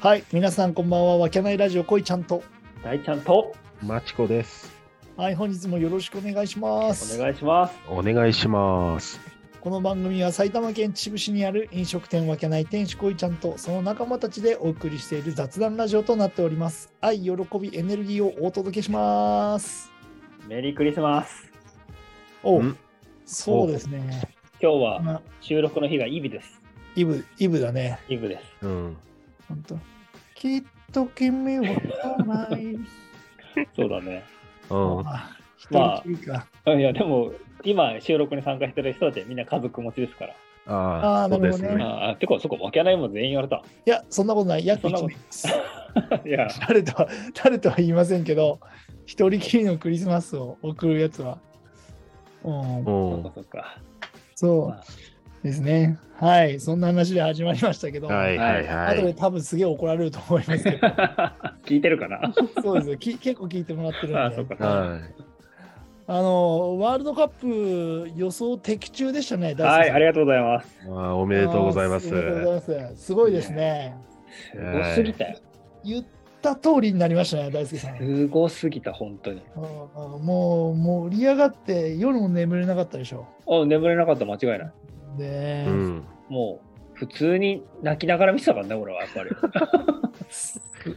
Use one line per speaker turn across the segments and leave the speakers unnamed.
はい、皆さんこんばんは。わけないラジオこいちゃんと。
大ちゃんと
マチコです。
はい、本日もよろしくお願いします。
お願いします。
お願いします。
この番組は埼玉県秩父市にある飲食店わけない店主こいちゃんとその仲間たちでお送りしている雑談ラジオとなっております。愛、喜び、エネルギーをお届けします。
メリークリスマス。
おうんそうですね。
今日は
まあ
収録の日がイブです。
イブ、イブだね。
イブです。
うん。
本当きっと君は来ない。
そうだね。
うん。
あ一人きりか。
いや、でも今収録に参加してる人ってみんな家族持ちですから。
あ
あー
あ、そうです
なるほどね
ね。
ああ、てか、そこ、わけないもん全員言われた。
いや、そんなことない。約
そんな
1
こと
年です。
いや、
誰とは誰とは言いませんけど一人きりのクリスマスを送るやつは、うん
う、
そ
ん
っか。そっか。
そうですねはいそんな話で始まりましたけど、
はいはいは
後で
い。
多分すげえ怒られると思いますけど
聞いてるか な
そうですき結構聞いてもらってるんで
あ
あ
あ、そっか。は
はい。
のワールドカップ予想的中でしたね
い、
大輔さん
ありがとうございます。
あーお
あ
め
ー
でとうございます
お。めでとうございますすごいですね
すごすぎたよ。
言った通りになりましたね大輔さんうん
すごすぎた、本当に。
うんもう盛り上がって夜も眠れなかったでしょ
あ眠れなかった、間違いない。
で、
うん。
もう、普通に泣きながら見てたからね、俺は、やっ ぱり。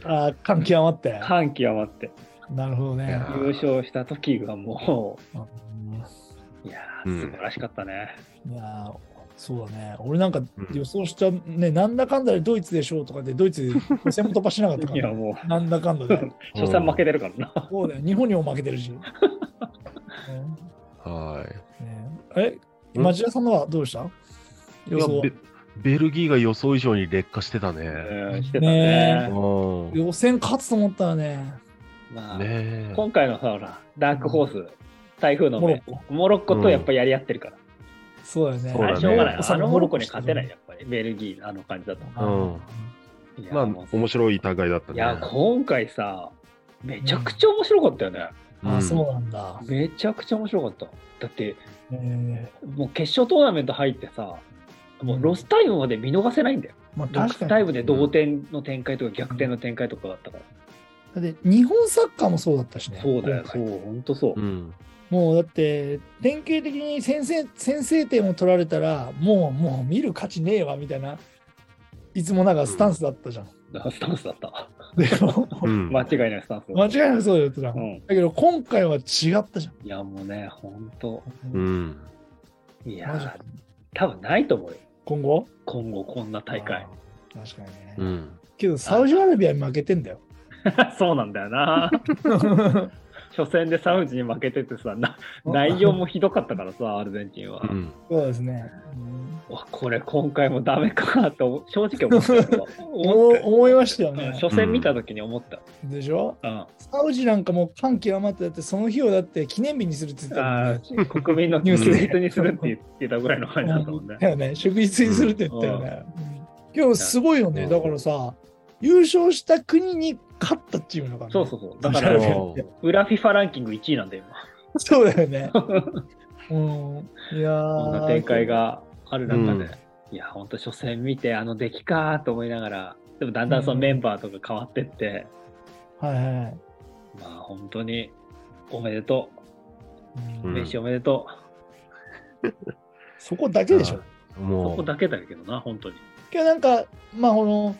あー感極まって。
感極まって。
なるほど
い
ね
や。
優勝した時がもう、いや
う
ー、
ん
素晴らしかったね。
いやーそうだね。俺なんか
うん
予想した、ね、なんだかんだでドイツでしょうとかで、ドイツ予選も突破しなかったか
いや、
ら、
も
なんだかんだで。
う、初戦負けてるからな。
そうだよ、日本にも負けて るし。ね
はい。
ねえ、町田さんのはどうでした予
いや
想は
ベベルギーが予想以上に劣化してたね。
うん、してた
う
ね
ね。
ん。ね
予選勝つと思ったらね、
まあ、
え。
今回のさ、ほら、ダークホース、台風の
モロ
目
ッ、コ。
モロッコとやっぱやり合ってるから。
そうだよね。
そうだ
あ
ね
れしょうがない。
そ
あのモロッコに勝てない、
よ。
やっぱり。ベルギー、あの感じだと。
うん
いや
まあ、
もう
面白い戦いだった
いや、
ね。
今回さ、めちゃくちゃ面白かったよね。
うん
あ、そうなんだ。
めちゃくちゃ面白かった。だって、
え
もう決勝トーナメント入ってさ、もうロスタイムまで見逃せないんだよ。
ーまあ、
ロ
確
ス
かに
タイムで同点の展開とか逆転の展開とかだったから。
だって日本サッカーもそうだったしね。
そうだよ
今、
そ
回
う、ほんとそうう。
ん。
もうだって、典型的に先制先制点を取られたら、もう、もう見る価値ねえわみたいな、いつもなんかスタンスだったじゃん。
だからスタンスだった。
でも
うん。
間違いないスタンス。
間違いなくそうだよ、つら。
う
だ
ん。
けど、今回は違ったじゃん。
いや、もうね、ほんと。
うん。
い
マジ
や、多分ないと思うよ。
今後
今後、こんな大会。。
あー確かにね。
うん。
けど、サウジアラビアに負けてんだよ。
そうなんだよ な。初戦でサウジに負けててさ、な 内容。もひどかったからさ、アルゼンチンは。
うん。
そうですね。うん
うわこれ、今回もダメかと、正直思った よ。
思
思
う
ったよ
思いましたよ
うん
ね。
初戦見た時に思った。
でしょ
うん
サウジなんかもう感極まって、だってその日をだって記念日にするって言ってたもん
あ
ね。
ー国民の
ニュー
休
ス
日にするって言ってたぐらいの感じだったもんね。
だよね、祝日にするって言ったよね。今日すごいよね、
うん
だからさ、優勝した国に勝ったチームだから、ね。
そうそうそう。だか
な
ら
る、
そ
ほ
う
ど
裏 FIFA ランキング1位なんだよ、
そうだよ ね。
今。
うん、いやー
こんな展開。がある中で。
うん
いや、ほんと初戦見て、あの出来かーと思いながら、でもだんだんそのメンバーとか変わってって、
はいはい。
まあ本当におめでと
う
う。
うんん
メッシおめでと
そこだけでしょ。
う。そ
も
こだけだけどな、本当に。
今日なんか、まあこの、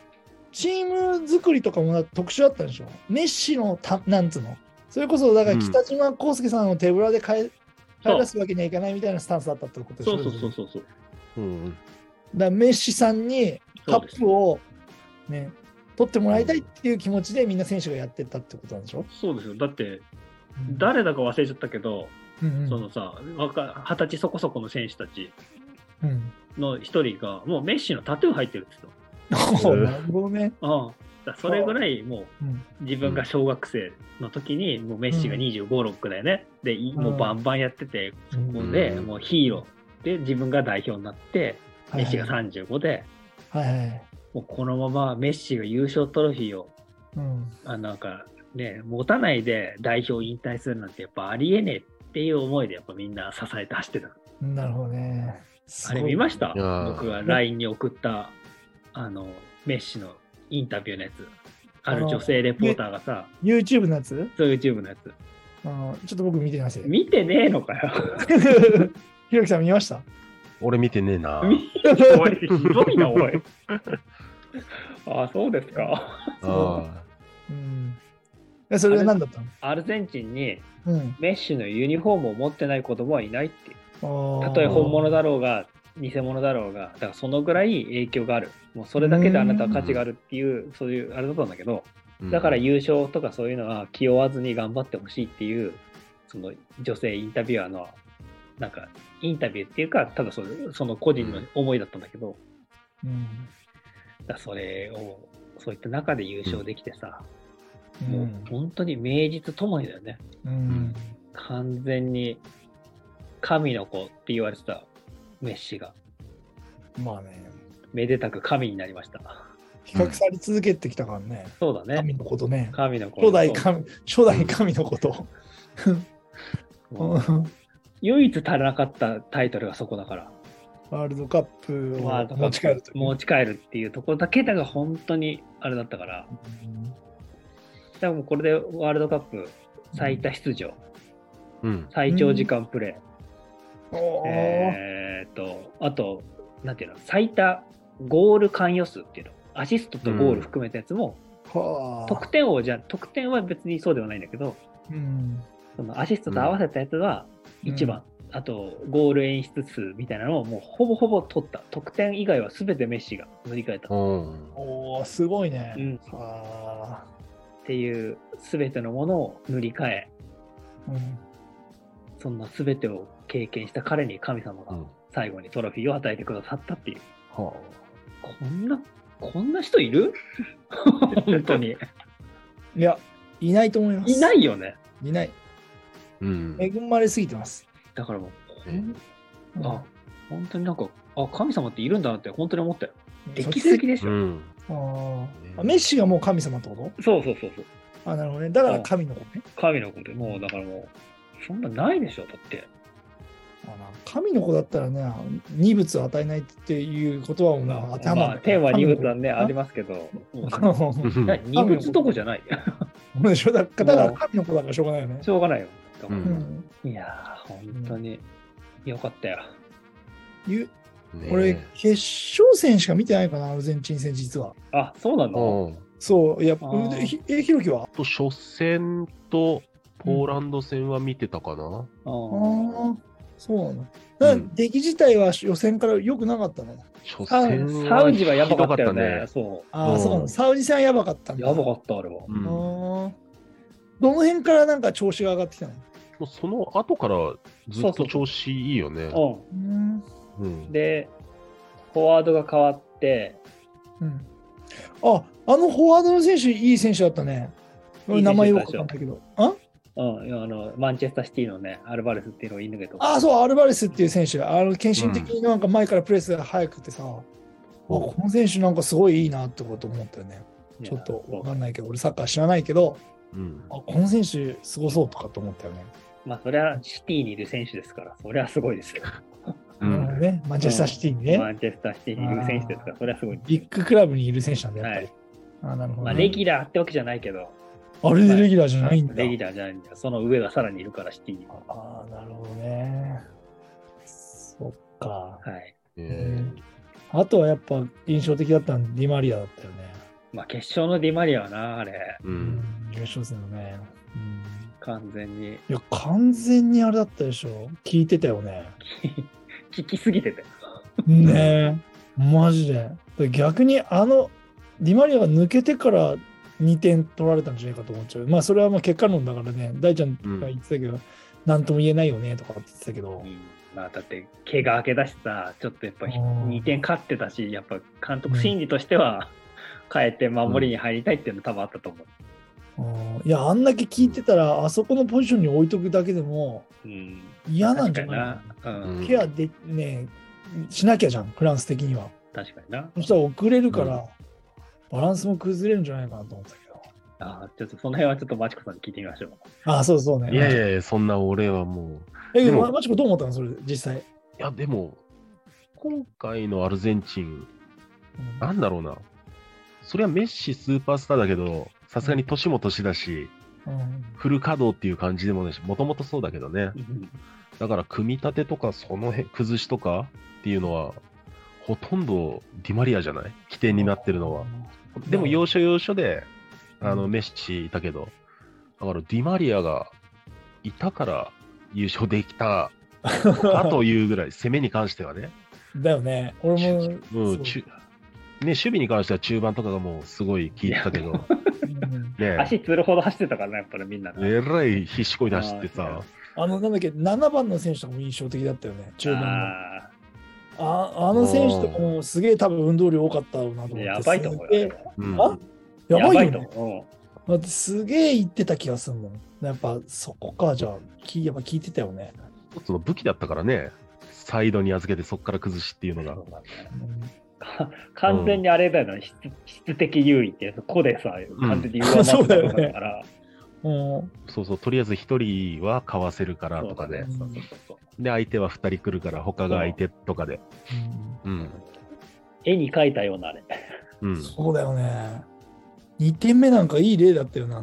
チーム作りとかも特殊だったんでしょ。メッシのた、なんつうの。それこそ、だから北島康介さんを手ぶらで帰帰らすわけにはいかないみたいなスタンスだったってことでし
そ
ょ。
うそうそう
だか
そうそう。
う。うん。
らメッシさんにカ
そうで
ッ
す
プをね、取ってもらいたいっていう気持ちでみんな選手がやってったってことなんでしょ
そうですよ。だって、誰だか忘れちゃったけど、そのさ、若二十歳そこそこの選手たち
うんうん。
の一人が、もうメッシのタトゥー入ってるって言って
おうなるほどね。
た。ああだからそれぐらいも
うん
う自分が小学生の時にもうメッシが
うん
25、6だよね。で、い
うん
もうバンバンやってて、もう
ね
で、
うん
もうヒーローで自分が代表になって、
はい
メッ
は
シ
い
が35で、
はいはい。
もうこのままメッシが優勝トロフィーを、
うん
あなんかね、持たないで代表引退するなんてやっぱありえねえっていう思いでやっぱみんな支えて走ってた。
なるほどね。
あれ見ま
し
した
いやー
僕が LINE に送ったあのメッシのインタビューのやつ。ある女性レポーターがさ、
YouTube のやつ
そう YouTube のやつ。
あのちょっと僕見てませ ん。
見てねえのかよ。
ひろきさん見ました
俺見てねえな。
見おい、ひどいな、おい。 ああ、そうですか。
あ
うん。えそれは何だった
アルゼンチンに
のうん。
メッシのユニフォームを持ってない子供はいないっていう。
あ
た
あ
とえ本物だろうが、偽物だろうが、だからそのぐらい影響がある。もうそれだけであなたは価値があるっていう、そういうあれだったんだけど、
あ
だから
うん
優勝とかそういうのは気負わずに頑張ってほしいっていう、その女性インタビュアーの、なんか、インタビューっていうか、ただそのその個人の思いだったんだけど、
うん。
だからそれを、そういった中で優勝できてさ、
う。
もうん本当に名実ともにだよね。
うん。
完全に神の子って言われてたメッシが、
まあね、
めでたく神になりました。
比較され続けてきたからね。
そうだね。
神のことね。
神の子。
初代神、初代神のこと。
そう
う
もうん唯一足らなかったタイトルがそこだから。
ワールドカップ
ワールド
を
カッ
持ち
プ
帰るという。
持ち帰るっていうところだけだが本当にあれだったから。でもうこれでワールドカップ最多出場、
うん。
最長時間プレ
うん
ー、
おー
えーっと、あと、なんていうの、最多ゴール関与数っていうの、アシストとゴール含めたやつも、
はあ
得点王じゃ、得点は別にそうではないんだけど、
うん
そのアシストと合わせたやつは1番、あとゴール演出数みたいなのをもうほぼほぼ取った得点以外は全てメッシが塗り替えたっ
うん
おーすごいね。
うん
はあ
ていう全てのものを塗り替え
うん
そんな全てを経験した彼に神様
う
が
ん
最後にトロフィーを与えてくださったっていう、
は
こんなこんな人いる本当に
いや、いないと思います。
いないよね
いない。
うん。
恵まれすぎてます。
だからもうほ
え
んあ本当になんかあ神様っているんだなって本当に思ったよ
うん
できすぎでし
う
ょ、
ん。
あーあメッシがもう神様ってこ
そうそうそうそう
とあなるほどね。だから神の子ね。
神の子でもうだからもうそんなないでしょだって
あな神の子だったらね、二物を与えないっていうことはまあ当てはま
まあ
る。
天は二 物なんであ
神
り
の
ますけどもう
子だな
な二物どこじゃない
そうでしょだからだから神の子だからしょうがないよね
し。ょうがないよ、だか
う
う
ら
ん
いやー本当によかったよ
ゆ
ねえ
俺、決勝戦しか見てないかな、アルゼンチン戦、実は。
あそうなの
うん。
そう、いや、
あー
うひえ、ひろきは
と初戦とポーランド戦は見てたかな。
あ
あ
ー
あ、そうなの。な
うんん
出来自体は予選から良くなかったね。
初戦
サウジはやばかったよ
ひど
ね。そ
ああ、
うん
そうなの。サウジ戦はやばかったん
う。
だ。
やばかった、あれは。
うん
あー
も
どの辺からなんか調子が上がってきたの
うその後からずっと調子いいよね。
う
うん
うん
ん。で、フォワードが変わって、
うんあ、あのフォワードの選手、いい選手だったね。
いい選手
名前よくわかんないけど。あ
うん、あの、マンチェスターシティのね、アルバレスっていうのを犬毛と。
あ、そう、アルバレスっていう選手。あの、献身的になんか前からプレスが速くてさ、あこの選手なんかすごいいいなってこと思ったよね。
いや
ちょっとわかんないけど、俺サッカー知らないけど、
うん
あこの選手、すごそうとかと思ったよね。
まあ、それはシティにいる選手ですから、それはすごいですよ。
う
なるほど
ん
ねマンチェスターシティにね、
マンチェスターシティにいる選手ですから、それはすごい。
ビッグクラブにいる選手なんだ、やっぱり。
は
あなるほど
ま
ね、
あ、レギュラーってわけじゃないけど、
あれでレギュラーじゃないんだ。
レギュラーじゃないんだよ。その上がさらにいるから、シティに。は
ああ、なるほどね。そっか。
い。
え
あとはやっぱ印象的だったのはディマリアだったよね。
まあ、決勝のディマリアはな、あれ、
う。、
うん優勝戦のね。うん
完全に
いや、完全にあれだったでしょ。聞いてたよね。
聞きすぎてて。
ねえ、マジで。逆にあの、ディマリアが抜けてから2点取られたんじゃないかと思っちゃう。まあ、それはまあ結果論だからね、大ちゃんが言ってたけど、なんとも言えないよねとかって言ってたけど
う、んまあ、だって、怪我明けだしさ、ちょっとやっぱ
うん
2点勝ってたし、やっぱ監督心理としては、変えて守りに入りたいっていうの多分あったと思う。
うんいや、あんだけ聞いてたら、あそこのポジションに置いとくだけでも
うん、
嫌なんじゃな
確かにな。う、
うん
いケアで、ねえ、しなきゃじゃん、フランス的には。
確かにな。
そしたら遅れるから、
う
バランスも崩れるんじゃないかなと思ったけど。
あーちょっとその辺はちょっとマチコさんに聞いてみましょう。
ああ、そうそうね。
いやいやいや、そんな俺はもう。
え
でも
まマチコどう思ったのそれ、実際。
いや、でも、今回のアルゼンチン、
うん
なんだろうな。それはメッシスーパースターだけど、さすがに年も年だし、
うん
フル稼働っていう感じでもないし、もともとそうだけどね。だから、組み立てとか、その辺、崩しとかっていうのは、ほとんどディマリアじゃない起点になってるのは。でも、要所要所で、あ
う
の、
ん
メッシいたけど、だから、ディマリアがいたから優勝できたかというぐらい、攻めに関してはね。
だよね。俺も、
う
そ
ん、ちゅね、守備に関しては中盤とかがもうすごい効いてたけど、
うん
ね、
足つるほど走ってたからね、やっぱりみんなね。
えらい必死こいで走ってさ、
あの、なんだっけ、7番の選手とかも印象的だったよね、中盤の。
あ
ああの選手とかもすげえ多分運動量多かったろうなと思っ
ー
て。
やばいと思うよ。あれは
うん
あや
や
ば
ば
い
いと
よ、ね。
思
だってすげえ言ってた気がするもん。やっぱそこか、じゃあ、きやっぱ聞いてたよね。
一つの武器だったからね、サイドに預けてそこから崩しっていう
う。
のが
そ、うだね
うん
か完全にあれだよな、質質的優位ってやつ、個でさ、完全に上回ってたことだ から。
うん
そうそう、とりあえず一人はかわせるからとかで、
ね
そうそうそうそう
で、相手は二人来るから、他が相手とかで、うん、
絵に描いたようなあれ。
うん、
そうだよね。2点目なんかいい例だったよな。マ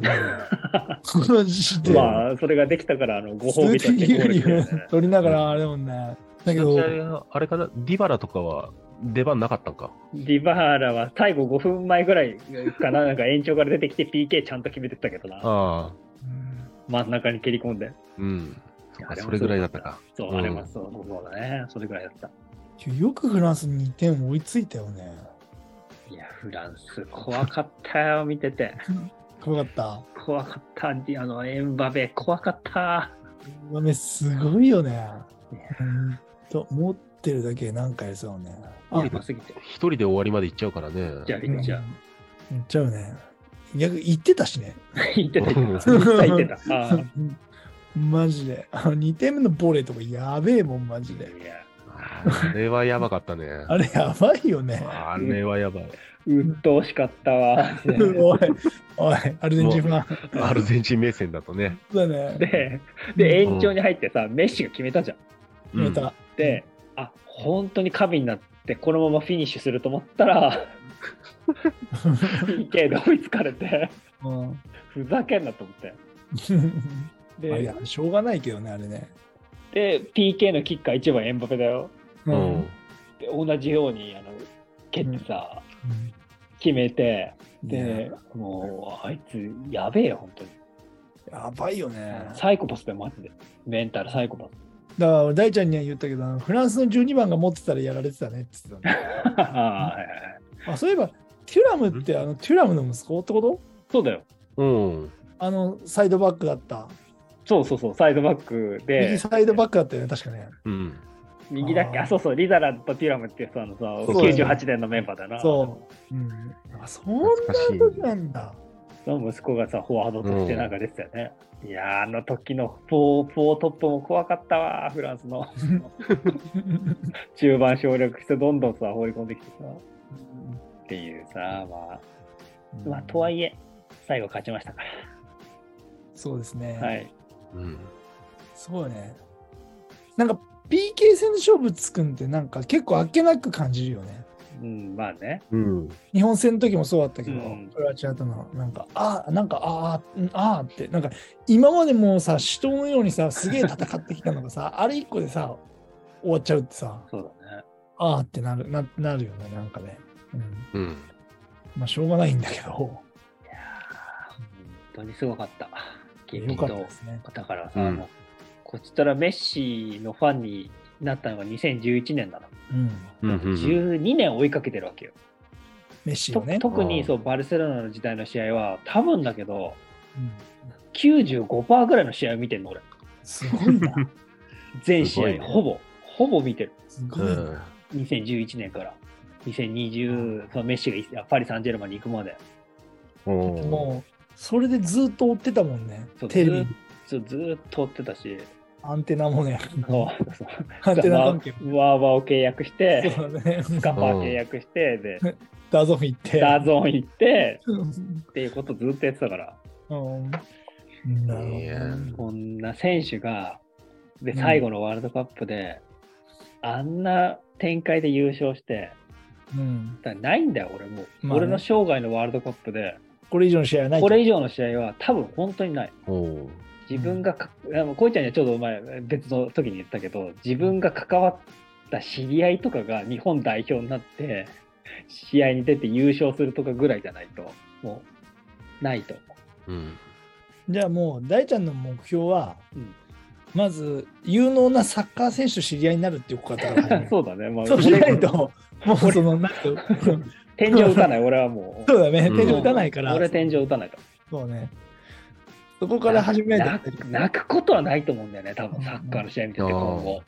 ジで。
まあ、それができたから、あの、ご褒美としてゴール決めた よね
取りながらあれもんね。だけど、
あれかな、ディバラとかは出番なかったんか、
ディバーラは最後5分前ぐらいかな、なんか延長から出てきて PK ちゃんと決めてったけどな、
ああ、
真ん中に蹴り込んで。
うん、そ
あ
っか
れは
それぐらいだったか。
そう、
うん
あれはそう、そうだね。それぐらいだった。
よくフランスに2点追いついたよね。
いや、フランス、怖かったよ、見てて。
怖かった。
怖かった、あの、エンバベ、怖かった。
うわめすごいよね
ね。
うんと持ってるだけで何回そうね。あ
怖すぎて。
一人で終わりまで行っちゃうからね。
じゃあ、リクちゃん。
言っちゃうね。逆に言ってたしね。
言ってた、言ってた。実際言ってた。あー
マジで。あの2点目のボレーとかやべえもん、マジで。
いや
あれはやばかったね。
あれやばいよね。
あれはやばい。
鬱陶しかったわ。
おい、おい、アルゼンチンファン。
アルゼンチン目線だとね。
そうだね。
で、で、延長に入ってさ、メッシが決めたじゃん。
また。
で、あ本当に神になって、このままフィニッシュすると思ったら、PK で追いつかれて、
うん
ふざけんなと思って。
まあいや
で、
しょうがないけどね、あれね。
で PK のキッカー1番エンバペだよ。
う。
うん
うん。
で、同じように、あの、蹴ってさ、決めて、で、もう、あいつ、やべえよ、本当に。
やばいよね。
サイコパスだよ、マジで。メンタルサイコパス。
だから俺大ちゃんには言ったけど、あのフランスの12番が持ってたらやられてたねって言ってたね
はいはいはい
あそういえば、テュラムってあのテュラムの息子ってこと
そうだよ。
うん。
あのサイドバックだった。
そうそうそう、サイドバックで。
右サイドバックだったよね、確かね。
うん。
右だっけ
あー
あ、そうそう、リザラとティラムっていう人あのさ、
そうだね
98年のメンバーだな。
そう。うん、あそんな時なんだ。
の息子がさ、フォワードとしてなんか出てたよね。いやー、あの時のフォー、フォートップも怖かったわ、フランスの。中盤省略して、どんどんさ、放り込んできてさ、っていうさ、まあ、まあ、とはい
え。
いえ、最後勝ちましたか
そうですね。
ら。はい。
うん。
すごいね。なんか PK 戦の勝負つくんってなんか結構あっけなく感じるよね。
うん、まあね。
うん。
日本戦の時もそうだったけど、
うん
クロアチアとのなんか、ああ、なんか、ああ、うんああって、なんか今までもうさ、死闘のようにさ、すげえ戦ってきたのがさ、 あれ一個でさ、終わっちゃうってさ、
そうだね。
ああってなるななるよね、なんかね。うん、
うん。
まあ、しょうがないんだけど、
本当にすごかった。
よかったですね。
だからさ、
うん
もうこっちからメッシのファンになったのが2011年なの。
うん、
うんうん。
12年追いかけてるわけよ。
メッシ
と
をね。
特に
うん
そうバルセロナの時代の試合は多分だけど
うん
95%ぐらいの試合を見てるの俺
すごいな。
全試
すご
合、
いね
ほぼほぼ見てる
すご
う
いな。
ん。
2011年から2020そのメッシがいやパリ・サンジェルマンに行くまで
うん
もう、それでずっと追ってたもんね
そ。う
テレビ、
ずずーっと追ってたし
アンテナも ね。
そうそう
アンテナ関係も。
ワーワーを契約して
そうだね。
スカパー契約してで
ダゾフ行って。
ダーゾーン行って
うん
っていうことずっとやってたから
うん。
いや
こんな選手が、で、
うん
最後のワールドカップで、あんな展開で優勝して、
うん、
だからないんだよ、俺もう。
まあね
俺の生涯のワールドカップで、
これ以上の試合はないと
これ以上の試合は多分本当にない。
おー
自分がか、あのこいちゃんにはちょっと前、別の時に言ったけど、自分が関わった知り合いとかが日本代表になって、試合に出て優勝するとかぐらいじゃないと、もう、ないと思
うん。
じゃあもう大ちゃんの目標は、
うん
まず有能なサッカー選手と知り合いになるっていうことから始め
う。
る
そうだね、ま あ、
そうしないともうそのなんか
天井打たない、俺はもう。
そうだね
うん
手に打たないから、
俺天井打たないか
そうねそこ
ら。
から始め
な
る
泣く泣くことはないと思うんだよね、多分サッカーの試合見てて、
うん
今後。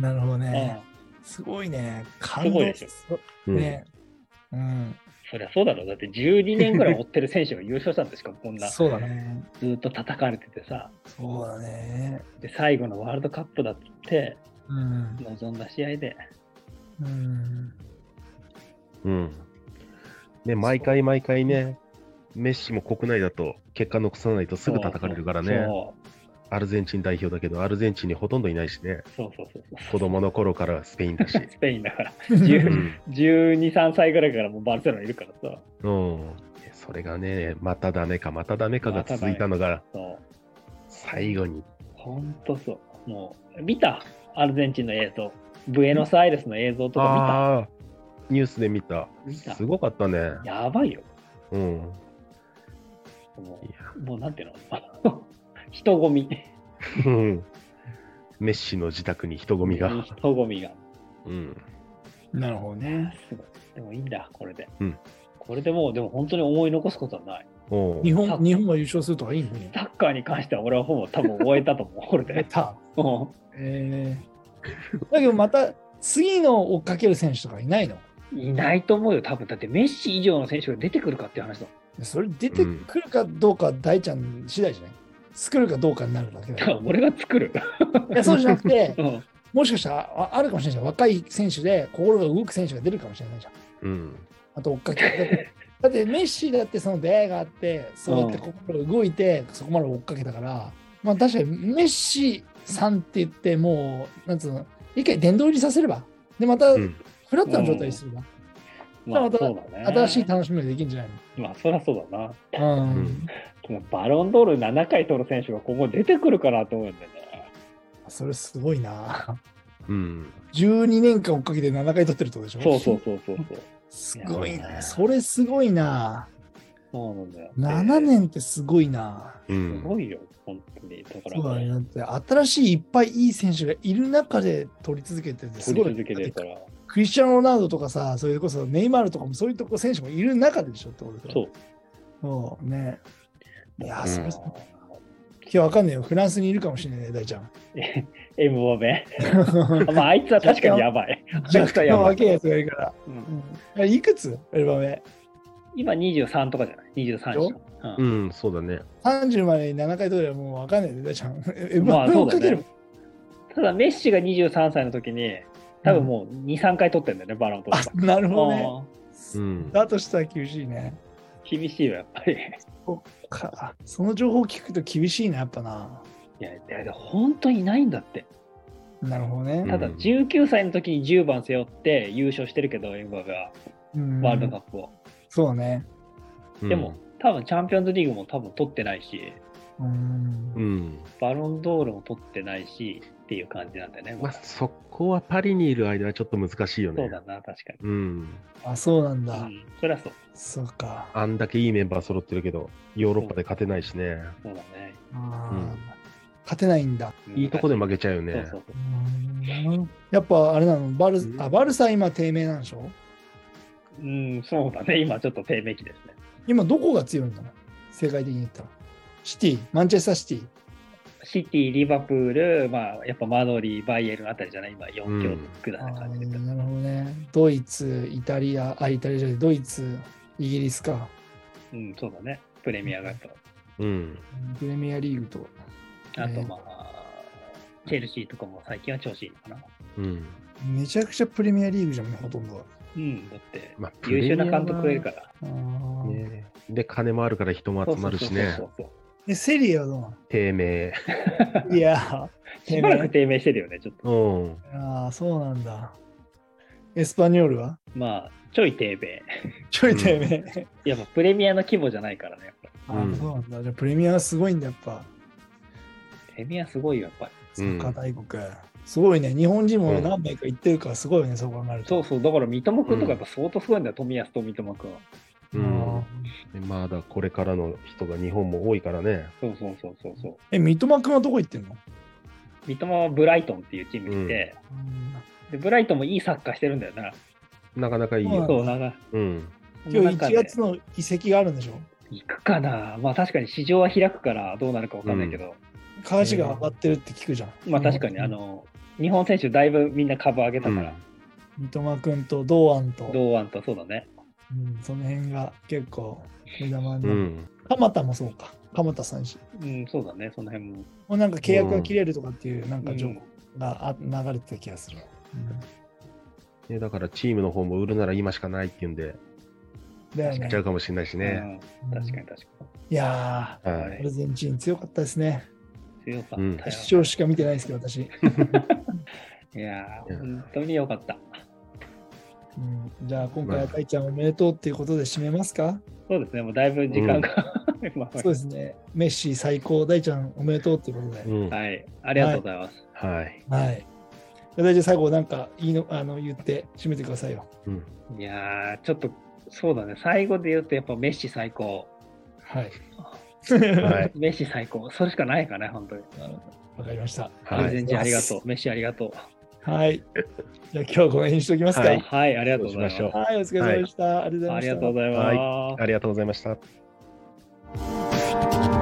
なるほど
う
ね
ん、
すごいね感
すごい
動
でしょ
うん
ね、うん、
そりゃそうだろう、だって12年ぐらい追ってる選手が優勝したんでしかも、こんな、ず
そうだね
ーっと叩かれててさ、
そうだね
で最後のワールドカップだって、
うん、
望んだ試合で、
うん、
うん。ね、毎回毎回ね、メッシも国内だと結果残さないとすぐ叩かれるからね、
そ
アルゼンチン代表だけど、アルゼンチンにほとんどいないしね、
うそうそうそうそう
子供の頃からスペインだし。
スペインだから、
う
10
ん、
12、3歳ぐらいからもうバルセロナいるからさ、
うんそれがね、またダメか、またダメかが続いたのが、
そう
最後に。
ほんとそう、もう、見た、アルゼンチンの映像、ブエノスアイレスの映像とか
ああ、ニュースで見た。
見た、
す
見
ごかったね。
た、やばいよ、
うん。
も
いや
う、もうなんていうの、 人混み、
うんメッシの自宅に人混みが。
人混みが。
うん。
なるほどね
すごい。でもいいんだ、これで。
うん
これでもう、でも本当に思い残すことはない。
おう
日本日本が優勝するとかいいのに
サッカーに関しては俺はほぼ多分終えたと思う、これ
やっ
で。
た
うん
えーだけどまた次の追っかける選手とかいないの
いないと思うよ、多分。だってメッシ以上の選手が出てくるかっていう話だもん。
それ出てくるかどうかは大ちゃん次第じゃない、作るかどうかになるだけ
だ
だ
か
よ
ら俺が作る。
いやそうじゃなくて
うん
もしかしたらああるかもしれないじゃん若い選手で心が動く選手が出るかもしれないじゃん
うん。
あと追っかけだってだってメッシだってその出会いがあってそうやって心が動いてそこまで追っかけたから、まあ確かにメッシさんって言ってもうなんつうの一回殿堂入りさせればでまた
うん
フラットな状態にすれば、
まあ、
ただ
そうだね。
新しい楽しみができるんじゃない
まあ、そりゃそうだな。
のう
う
ん
ん。
でもバロンドール7回取る選手が今後出てくるかなと思うんだよね。
それすごいな。
うん。
12年間追っかけて7回取ってるってことでしょ
そうそう。そうそうそう。
すごい
いや
な。それすごいな。
そうなんだよ。
7年ってすごいな。
う
す
ん
ごいよ、本当に。だか
そうだね。
ら、
だって新しいいっぱいいい選手がいる中で取り続けてて、す
取り
ごい。
続けてるか
だって
ら。
クリスチャン・ロナウドとかさ、それこそネイマールとかもそういうとこ選手もいる中ででしょってことでしょ
そ
そ
う。
うね。いや、
うん
それ今日わかんないよ。フランスにいるかもしれないね、大ちゃ ん。
エムバペ。 まあ、あいつは確かにやばい。
弱
対
体
や
の
ばい
若いやつがいるから。えいくつエルバメ。
今23とかじゃない ?23
でし
し
ょ
か。
う
うん
ん、そうだね。
30までに7回取ればもう分かんないで、大ちゃん。え
まあそう
追
だ
っかけ
よ
る
ね。ただ、メッシが23歳の時に、多分もう2、3回取ってんだよね、バロンとか。
なるほどね。
うん
うん。
だとしたら厳しいね。
厳しいわ、やっぱり。い
かその情報を聞くと厳しいな、やっぱな。
や、いや本当にいないんだって。
なるほど
うん
ね。
ただ、19歳の時に10番背負って優勝してるけど、エムバペは、
うん
ワールドカップを。
そうだね。
でも、多分チャンピオンズリーグも多分取ってないし、
うん
うん。うん。
バロンドールも取ってないしっていう感じなんだよね。
まあ、そこはパリにいる間はちょっと難しいよね。
そうだな、確かに。
うん。
あ、そうなん
う
だ。
ん、そりゃそう。
そうか。
あんだけいいメンバー揃ってるけど、ヨーロッパで勝てないしね。
そうだね。
あー
うん
勝てないんだ。
いいとこで負けちゃうよ
そう
ね
そ。うそう
うんやっぱあれなのバル
うん
あバルサ今低迷なんでしょ
うん、そうだね。今ちょっと低迷期ですね。
今どこが強いのかな世界的に言ったら。シティ、マンチェスターシティ。
シティ、リバプール、まあ、やっぱマドリー、バイエルンあたりじゃない今、4強くら
あ
いな感じで
ーなるほどね。ドイツ、イタリア、あ、イタリアじゃない、ドイツ、イギリスか。
うん、そうだね。プレミアがと。
うん。
プレミアリーグと。
あと、
ね
まあ、チェルシーとかも最近は調子いいのかな。
うん。
めちゃくちゃプレミアリーグじゃん、ほとんどは。
うん、だって、
まあ、プレ
優
ミア
秀な
は
監督がいるから。
あー
ねで、金もあるから人も集まるしね
そ。うそうそう
で、セリエはどうな
低迷。
の いや
そう。しばらく低迷してるよね、ちょっと。
うん。
ーあー、そうなんだ。エスパニョールは
まあ、ちょい低迷。
ちょい低迷。
やっぱプレミアの規模じゃないからね、やっぱ
あ
うん
そうなんだ。じゃあプレミアすごいんだ、やっぱ。
プレミアすごいよ、やっぱり。
う
サ
ん
ッカー大国。すごいね。日本人も何名か行ってるから、すごいよね、そう考える
そ
と
う。そう、だから三笘君とかやっぱ相当すごいんだよ、冨安と三笘君は。
うん。まだこれからの人が日本も多いからね。
そうそうそうそうそう。
え、三笘君はどこ行ってんの
三笘はブライトンっていうチームにいて、でブライトンもいいサッカーしてるんだよな。
なかなかいいよ。
そう、なんか、
うん。
今
なん
日
か
1
ね
月の移籍があるんでしょ
行くかな。まあ確かに市場は開くからどうなるかわかんないけど、
価値が上がってるって聞くじゃん。
まあ確かにあ、の、日本選手だいぶみんな株上げたから、
三笘君と堂安と、
堂安とそうだね。
うん、その辺が結構目玉に
う
なる。
ん。
鎌田もそうか。鎌田選手。
うん、そうだね、その辺も。
もうなんか契約が切れるとかっていう、なんか情報があ流れてた気がする。
ねだからチームの方も売るなら今しかないっていうんで、
だよ
行
ね
っちゃ。うかもしれないしね。
うん、確かに確か
いや
に。
は
ー、
い。
アルゼンチン強かったですね。
強かった
うん
一
よ。
勝しか見てないですけど、私。
いや
い
ー、
や
本当に良かった。
うんじゃあ、今回は大ちゃんおめでとうっていうことで締めますか
そうですね、もうだいぶ時間が、ま あ
そうですね。メッシ最高、大ちゃんおめでとうっていうことで。
うん。はい。
はい、ありがとうございます。
はい。
はい。じゃあ大ちゃん、最後、なんかいいのあの言って締めてくださいよ。
うん。
い、やー、ちょっと、そうだね、最後で言うと、やっぱメッシ最高。
はい。
はい。
メッシ最高。それしかないかね、本当に。
わかりました。
アルゼンチンありがと
は
う。メッシありがとう。
はい。じゃあ、今日はこの辺にしときますか。
は
はいい。
はい、ありがとうございま
そう
す。
しましょ
お疲れ様でした。ありがとうございました。
ありがとうございます。
ありがとうございました。